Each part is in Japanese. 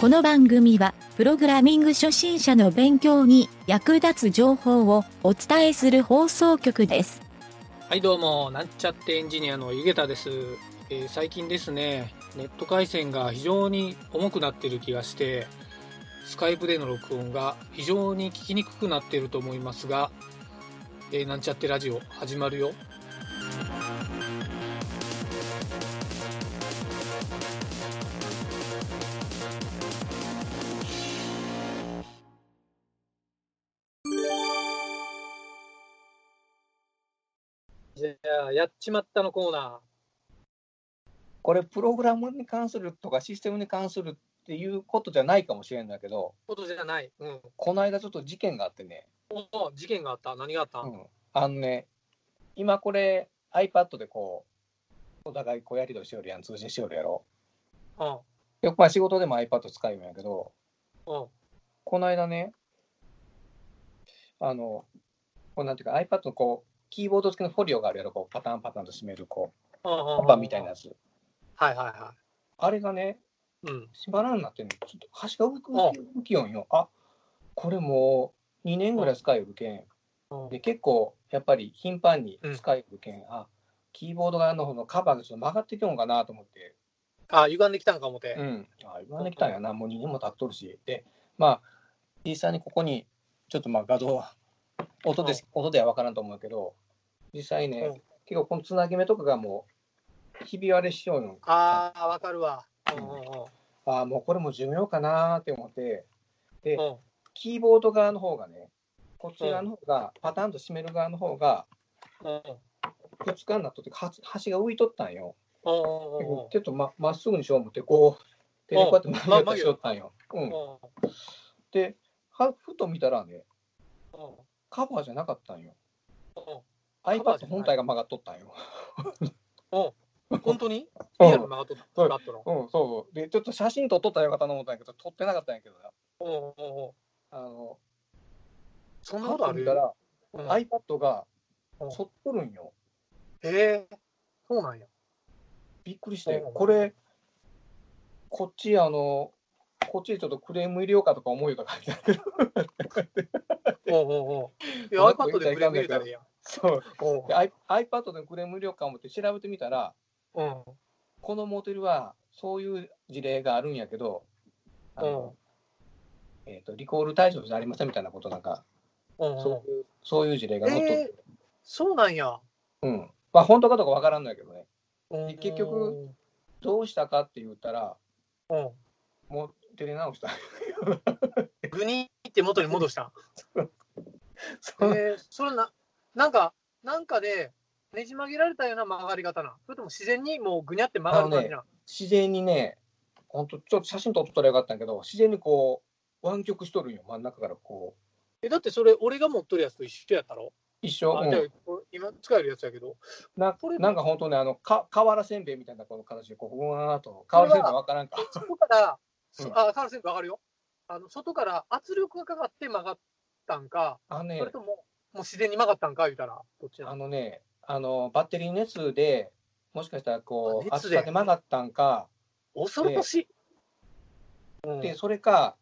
この番組は、プログラミング初心者の勉強に役立つ情報をお伝えする放送局です。はいどうもなんちゃってエンジニアのゆげたです、えー最近ですねネット回線が非常に重くなってる気がしてスカイプでの録音が非常に聞きにくくなっていると思いますが、えーなんちゃってラジオ始まるよじゃあやっちまったのコーナーこれプログラムに関するとかシステムに関するっていうことじゃないかもしれんだけどことじゃない、うん、この間ちょっと事件があってね、お事件があった何があった、うんあのね今これ iPad でこうお互いこうやり取りしよるやん通信しよるやろうんよくまあ仕事でも iPad 使うんやけどうんこの間ねあのこうなんていうか iPad のこうキーボード付きのフォリオがあるやろこうパターンパターンと閉めるこうパパパンみたいなやつはいはいはあれがねい。うん。縛らんなってんの。ちょっと端が浮く浮きよんよ。あこれもう2年ぐらい使えるけん。で、結構やっぱり頻繁に使えるけん。あキーボード側の方のカバーがちょっと曲がってきよんかなと思って。あ、歪んできたんか思て。うん。あ今できたんやな。もう2年も経っとるし。で、まあ、実際にここに、ちょっとまあ画像は、音です、音では分からんと思うけど、実際ね、うん結構このつなぎ目とかがもう、ひび割れしようよ。ああ、わかるわ。うんうんうん。あもうこれも寿命かなーって思って。で、うんキーボード側の方がね、こっち側の方が、パターンと閉める側の方が、うんくっつかんなっとって、は端が浮いとったんよ。うんうんうんちょっとままっすぐにしよう思って、こう、手でこうやって曲げようとしよったんよ。ううんん。では、ふと見たらね、うんカバーじゃなかったんよ。カバーじゃ iPad ない本体が曲がっとったんよ。うん本当にうリん、アルうんに曲がっとったそうフラットの。そうそう。で、ちょっと写真撮っとったらよかったと思ったんやけど、撮ってなかったんやけどな、うんうんうん。あの、そんなことあふとる見たよ。ら、うん iPad が、うんそっとるんよ。へえ、そうなんや。びっくりしてうん、これ、こっち、あの、こっちでちょっとクレーム入れようかとか思うよとか書いてあるうんうんうん。いや、なんか iPad でクレーム入れたらいいやん。 そううんで I- iPad でクレーム入れようか思って調べてみたら、うん。このモデルはそういう事例があるんやけど、あのえー、とリコール対象じゃありませんみたいなことなんか、うんうんそういうそういう事例が載っとる、えーそうなんや。うんまあ、本当かどうかわからんのやけどね、うん結局、どうしたかって言ったら、うん。もう照れ直した。 グニーって元に戻した。そのえー、それな、なんか、なんかで、ねじ曲げられたような曲がり方な。それとも自然にもうぐにゃって曲がる感じな。自然にね、本当ちょっと写真撮ったらよかったんやけど、自然にこう、湾曲しとるんよ、真ん中からこう。え、だってそれ、俺が持っとるやつと一緒やったろ、一緒、あうんじゃあこれ今使えるやつやけど。なこれなんか本当ね、あのか瓦せんべいみたいなこの形で、こう、うわーっと、瓦せんべいわからんか。外から、そうんあ、カール先生わかるよ。あの、外から圧力がかかって曲がったんか、あのねそれとも、もう自然に曲がったんか言うたら、どっちなあののね、あのバッテリー熱で、もしかしたらこう、あ熱熱でさで曲がったんか、恐ろしい。うんで、それか、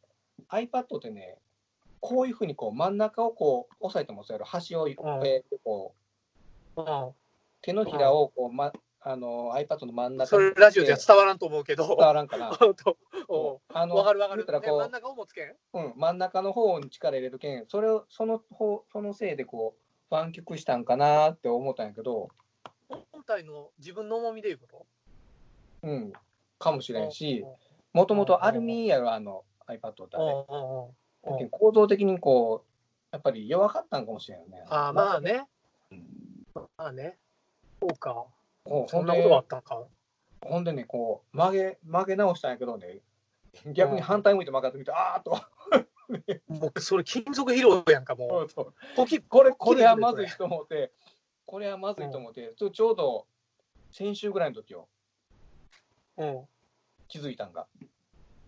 iPad ってね、こういうふうにこう真ん中をこう押さえてもそうやろ、端を、えーこううん手のひらをこう、ま、あの iPad の真ん中にそれラジオじゃ伝わらんと思うけど。伝 わらんかな。本当うんあのわかるわか言る。うたらで真こん中をもつけんう、うん、真ん中の方に力入れるけん、それをその方そのせいでこう湾曲したんかなって思ったんやけど、本体の自分の重みでいうことうん、かもしれんしうん、もともとアルミやろ、あの iPad ってあれうんうんだけど構造的にこう、やっぱり弱かったんかもしれんよね。ああ、まあねうん。まあね。そうか。ほそほんんなことがあでっ、たんか。ほんでね、こう曲げ曲げ直したんやけどね、逆に反対向いて曲がってみて、あーっと、もうそれ金属疲労やんか、もそうそうう。こき、これ、これはまずいと思って、これはまずいと思って、ちょちょうど先週ぐらいの時よ。うん。気づいたんが。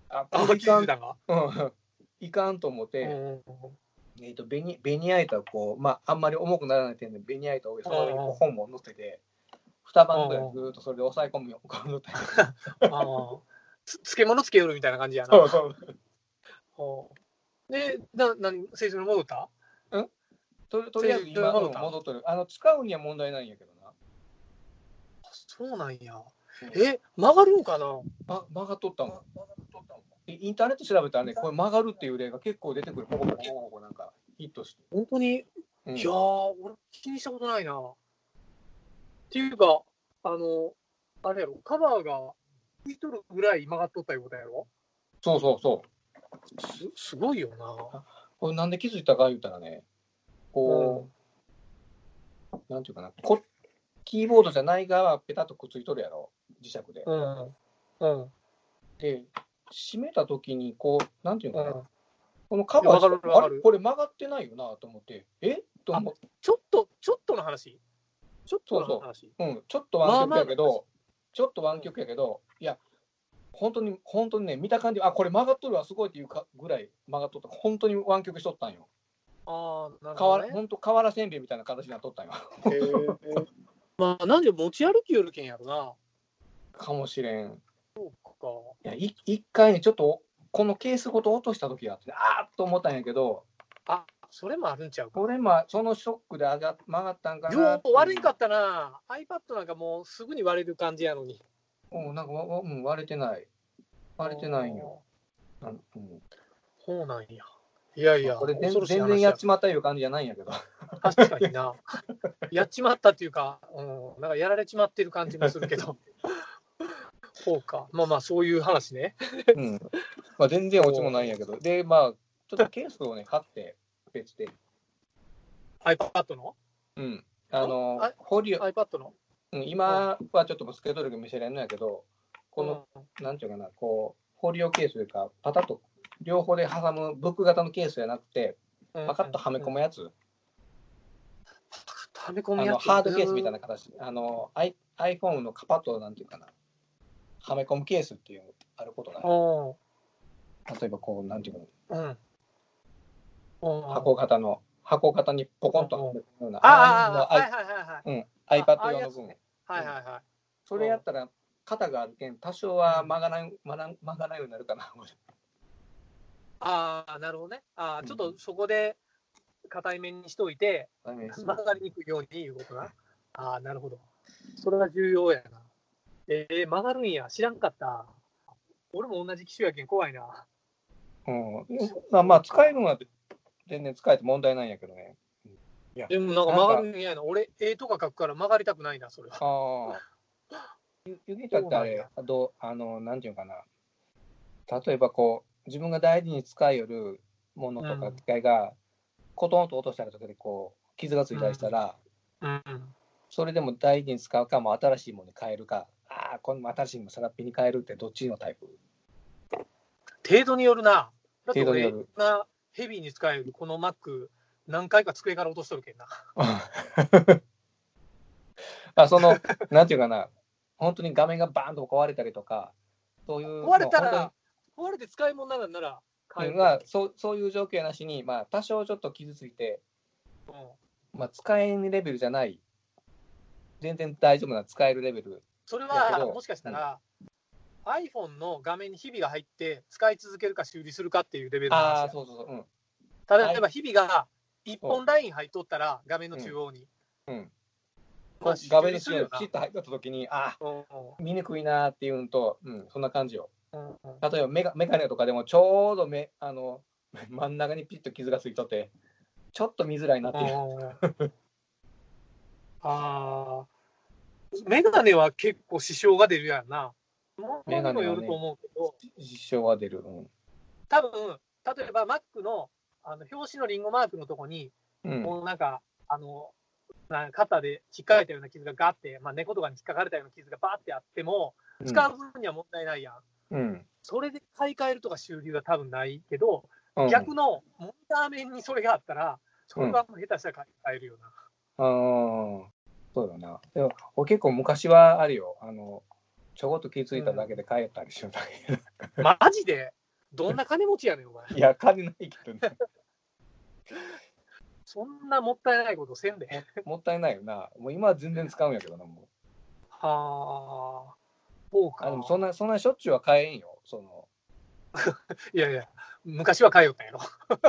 あ、あ、これい金属かん、だが。うん、いかんと思うんうって、んえっ、と、ベニ、ベニヤ板をこう、まあ、あんまり重くならない点で、ベニヤ板をその上にうんうんこう本も載せてて、二晩ぐらいずーっとそれで抑え込むよ、このうん。ああ。つ漬物つけよるみたいな感じやな。そうそう。ほうで、な、なに、先生に戻ったととりあえず今の戻っとる。あの使うには問題ないんやけどな。あそうなんや。え、曲がるんかなあ曲がっとったもん。えインターネット調べたらね、これ曲がるっていう例が結構出てくる。ほこほこほこほこなんかヒットして。本当に、うんいやー、俺気にしたことないな。っていうか、あの、あれやろ、カバーが浮いとるぐらい曲がっとったいうことやろそうそうそう。すすごいよな。これなんで気づいたか言うたらね、こう、なんていうかな、こキーボードじゃない側はペタッとくっついとるやろ、磁石で。うん。うん。で、閉めた時に、こう、なんていううのかな、ん。このカバーわかるわかあるれこれ曲がってないよなと思って、えと思って、ちょっと、ちょっとの話。ちょっとの話。そううん、ちょっと湾曲やけど、まあまあちょっと湾曲やけど、いや、本当に、本当にね、見た感じ、あ、これ曲がっとるわ、すごいっていうかぐらい曲がっとった、本当に湾曲しとったんよ。ああ、なる変わほど、ら、ね。本当瓦せんべいみたいな形になっとったんよ。 まあ、なんで持ち歩きよるけんやろな。かもしれん。そっか。いや、い一回ね、ちょっと、このケースごと落とした時があって、あーっと思ったんやけど、あ、それもあるんちゃうか。これ、まあ、そのショックで上が曲がったんかなよっていうう悪いかったな。iPad なんかもうすぐに割れる感じやのに。うん、なんかわ、わうん、割れてない。割れてないんよ。。なんうん、そうなんや。いやいや、これ全恐ろしい全話然やっちまったいう感じじゃないんやけど。確かにな。やっちまったっていうか、うん、なんかやられちまってる感じもするけど。 そうか。まあまあ、そういう話ね。うん。まあ、全然落ちもないんやけど。で、まあ、ちょっとケースをね、買って、別で。 iPad のうん。あのあ、保留、 ?iPad のうん、今はちょっとぶつけとるけど見せれんのやけど、この、、うんなんていうかな、こう、保留ケースというか、パタッと、両方で挟むブック型のケースじゃなくて、パカッとはめ込むやつ、はめ込あむやのつ。ハードケースみたいな形、あの、I、iPhone のカパッと、なんていうかな、はめ込むケースっていうのあることがうあん。る例えばこう、なんていうかうん。うんな、箱型の、箱型にポコンとはめ込むような、ああ、あああはいはいはいはい。あいうのあいうん、あ iPad 用ああのあいうやつ分ね。はいはいはい。それやったら、肩があるけん、多少は曲がない、曲がない曲がないようになるかな。ああ、なるほどね。あうあ、んちょっとそこで硬い面にしといて、ダメです曲がりにくいようにいうことな。ああ、なるほど。それが重要やな。ええ曲がるんや。知らんかった。俺も同じ機種やけん怖いな。うんまあ、まあ、使えるのは全然使えて問題ないんやけどね。でもなんか曲がるんやな。俺、絵とか描くから曲がりたくないな、それは。ああ。ゆゆきちゃんってあれ、どう、あの、なんていうのかな。例えばこう、自分が大事に使いよるものとうかん機械が、コトンと落としたりとかでこう、傷がついたりしたら、うん。それでも大事に使うか、もう新しいものに変えるか、ああ、この新しいものさらっぴに変えるってどっちのタイプ 程度によるな。だって程度に俺よるなヘビーに使えるこの Mac 何回か机から落としとるけんな。あその、なんていうかな、本当に画面がバーンと壊れたりとか、そういう、壊れたもう本ら、壊れて使い物にならんなら当買えにる。まあそうそういう状況なしに、まあ、多少ちょっと傷ついて、うんまあ、使えんレベルじゃない、全然大丈夫な使えるレベル、それだけはどもしかしたら、iPhone の画面にひびが入って使い続けるか修理するかっていうレベルのあ話あ、やそうそうそう、うん、例えばひびが1本ライン入っとったら画面の中央に、うんまあ画面修理に白いすのるがよなピシッと入った時に、ああ、うん見にくいなーっていうのと、うん、そんな感じよ。うんうん例えばメガメガネとかでもちょうどめあの真ん中にピッと傷がついとって、ちょっと見づらいなっていう。うんあーメガネは結構支障が出るやんな。ものにもよると思うけど、支障は出る。うん多分例えば Mac のあの表紙のリンゴマークのとこに、うんもうなんか、あの、な肩で引っかかれたような傷がガって、まあ、猫とかに引っかかれたような傷がバーってあっても、使う分には問題ないやん。うんそれで買い替えるとか修理は多分ないけど、うん、逆のモニター面にそれがあったら、それはもう下手したら買い替えるよな。あーそうだな。でも、俺結構昔はあるよ。あの、ちょこっと気づいただけで帰ったりしようだけ ど。マジでどんな金持ちやねん、お前。いや、金ないけどね。そんなもったいないことせんで。もったいないよな。もう今は全然使うんやけどな、もう。はあ。そうか。あでもそんな、そんなしょっちゅうは買えんよ。その、いやいや、昔は通ったんやろ。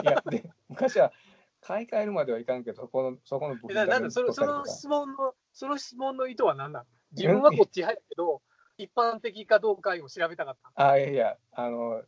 いや、で、 昔は買い替えるまではいかんけど、そこの、そこの部え品ななんだけだその取ったそりとのか質問の、その質問の意図は何なの自分はこっち入るけど、一般的かどうかを調べたかった。あいやいや、あの、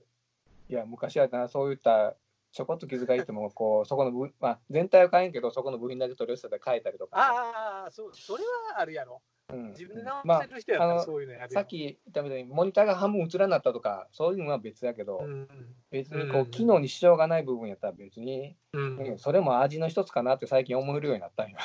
いや、昔はな、そういった、ちょこっと傷がいっても、こう、そこの部品、まあ、全体は買えんけど、そこの部品だけ取り寄せて変えたりとか。ああ、そうそれはあるやろ。うん自分で直せる人やったらそういうのやまあ、るさやっき言ったみたいに、モニターが半分映らなったとか、そういうのは別だけど、ろうん別にうんこうんう、機能に支障がない部分やったら別に、うんうんそれも味の一つかなって最近思えるようになったんよ。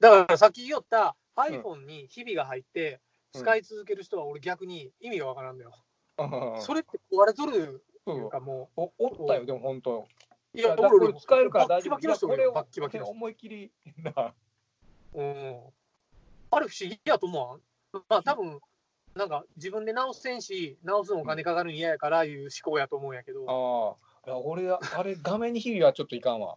だからさっき言ったん iPhone にひびが入って、うん使い続ける人は俺逆に意味がわからんのよ。 それれって壊れとるうっていんうかもおおったよ、でも本当。う、いや、だからこ俺れ使えるからバッ大キバキ丈夫。の人がいこるれよをバッキバキの人。思いっきりな。うんあれ不思議やと思わんまあ多分なんか自分で直せんし直すのお金かかるん嫌やからいう思考やと思うんやけど、ああ、いや俺、あれ、画面にひびはちょっといか んわ。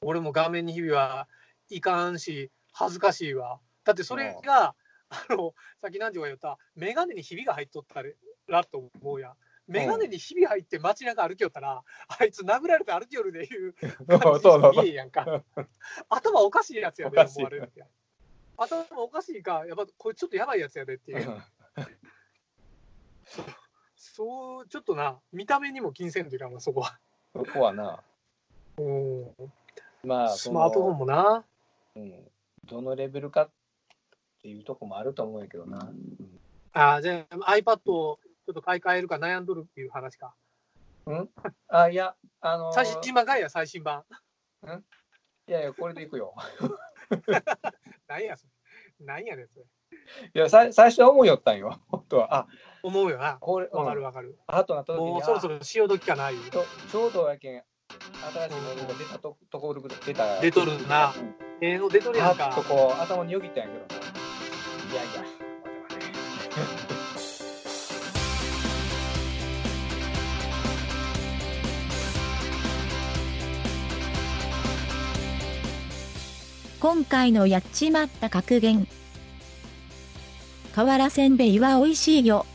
俺も画面に日々はいかんし恥ずかしいわだってそれが、あのさっき何時が言った眼鏡にひびが入っとったらと思うやん眼鏡にひび入って街中歩きよったら、あいつ殴られて歩きよるでいうそうそうそう見えへんやんか。頭おかしいやつやで、おかしい思われるやん頭おかしいか、やっぱこれちょっとやばいやつやでっていう。そう、ちょっとな、見た目にも金銭というかな、そこは。そこはな。うんまあ、スマートフォンも。もな。うんどのレベルかっていうとこもあると思うんやけどな。ああ、じゃあ iPad をちょっと買い替えるか悩んどるっていう話か。あ、いや、あのー最新版かいや、最新版。 いやいや、これでいくよ。なんやそれ。なんやねんそれ。いや、最最初は思いよったんよ。 本当は。あ、思うよな。これ、わかるわ。わかる。あとなった時にもうそろそろろ潮時かな、いう。ちょちょうどやけん、新しいモデルが出たとところで出た。出とるな。ええの出とるやあんかっと。こう、頭によぎったんやけどな。いやいや。今回のやっちまった格言。河原せんべいは美味しいよ。